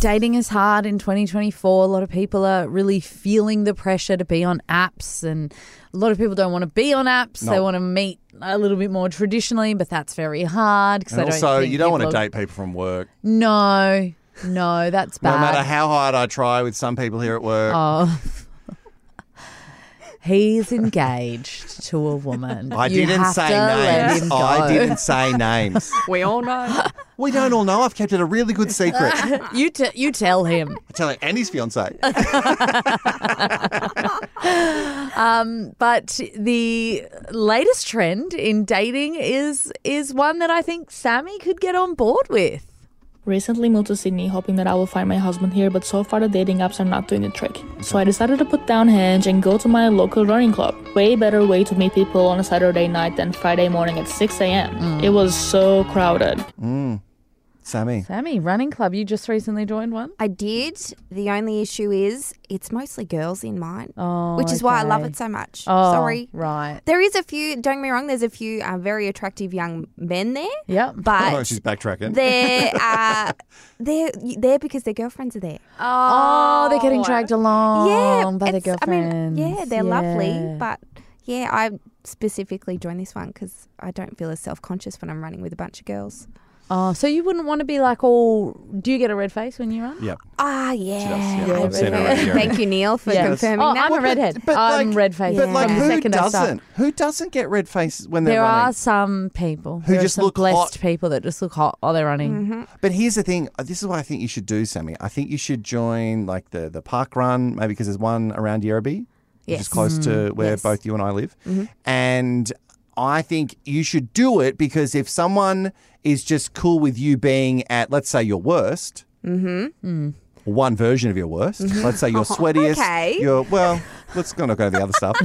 dating is hard in 2024. A lot of people are really feeling the pressure to be on apps, and a lot of people don't want to be on apps. They No. want to meet a little bit more traditionally, but that's very hard because And also, you don't want to date people from work. No, no, that's bad. No matter how hard I try with some people here at work, Oh. He's engaged to a woman. I Oh, You didn't have say to let names. him I go. didn't say names. We all know. We don't all know. I've kept it a really good secret. I You, t- you tell him. tell you, and his fiance. But the latest trend in dating is is one that I think Sammy could get on board with. Recently moved to Sydney hoping that I will find my husband here, but so far the dating apps are not doing the trick. So I decided to put down Hinge and go to my local running club. Way better way to meet people on a Saturday night than Friday morning at 6 a.m. It was so crowded. Sammy. Sammy, running club, you just recently joined one. I did. The only issue is it's mostly girls in mine, which is why I love Oh, okay. it so much. Oh, Sorry. Right. There is a few, don't get me wrong, there's a few uh, very attractive young men there, Yep. Oh, but she's backtracking. they're, uh, they're there because their girlfriends are there. Oh, they're getting dragged along Oh, by their it's- girlfriends. I mean, yeah, they're Yeah. lovely, but yeah, I specifically joined this one because I don't feel as self conscious when I'm running with a bunch of girls. Oh, so you wouldn't want to be like all. Do you get a red face when you run? Yep. Ah, yeah. yeah. I I've seen her really- over here. Thank you, Neil, for Yes. confirming Oh, that. I'm a redhead. I'm red faced. But like, from the who second I start. doesn't? Who doesn't get red faces when they're There running? are some people Who There are just some look blessed hot. people that just look hot while they're running. But here's the thing. uh, This is what I think you should do, Sammy. I think you should join like the the park run, maybe because there's one around Yerribee, which is Yes. Mm, close to where yes. Mm-hmm. both you and I live. And I think you should do it because if someone is just cool with you being at, let's say, your worst. Mm-hmm. One version of your worst. Let's say your sweatiest. Mm-hmm. okay. Your well, let's go- not go to the other stuff.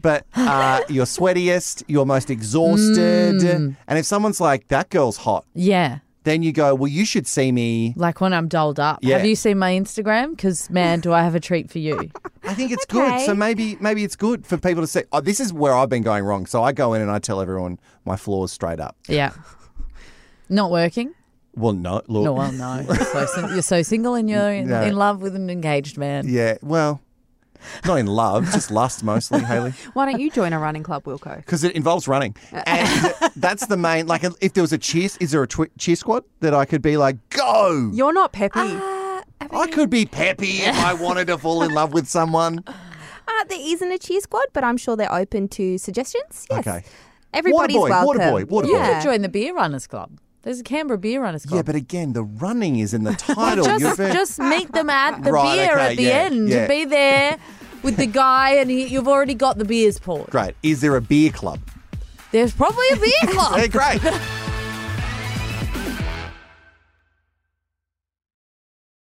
But uh, your sweatiest, your most exhausted, and if someone's like that girl's hot, Yeah. then you go, well, you should see me. Like when I'm dolled up. Yeah. Have you seen my Instagram? Because, man, do I have a treat for you. I think it's good. Okay. So maybe maybe it's good for people to say, oh, this is where I've been going wrong. So I go in and I tell everyone my flaws straight up. Yeah. Not working? Well, no, look. No, uh. well, no. So sing- you're so single and you're in, No. in love with an engaged man. Yeah, well, not in love, just lust mostly, Haley, Why don't you join a running club, Wilco? because it involves running. Uh. And that's the main, like, if there was a cheer, is there a twi- cheer squad that I could be like, go? You're not peppy. Ah. I could be peppy if I wanted to fall in love with someone. Oh. Uh, there isn't a cheer squad, but I'm sure they're open to suggestions. Yes. Okay. Everybody's Waterboy, welcome. Waterboy, Waterboy. You Yeah. could join the Beer Runners Club. There's a Canberra Beer Runners Club. Yeah, but again, the running is in the title. You're just, very- just meet them at the Right, beer okay, at the yeah, end. yeah. Be there with the guy and he, you've already got the beers poured. Great. Is there a beer club? There's probably a beer club. Hey, great.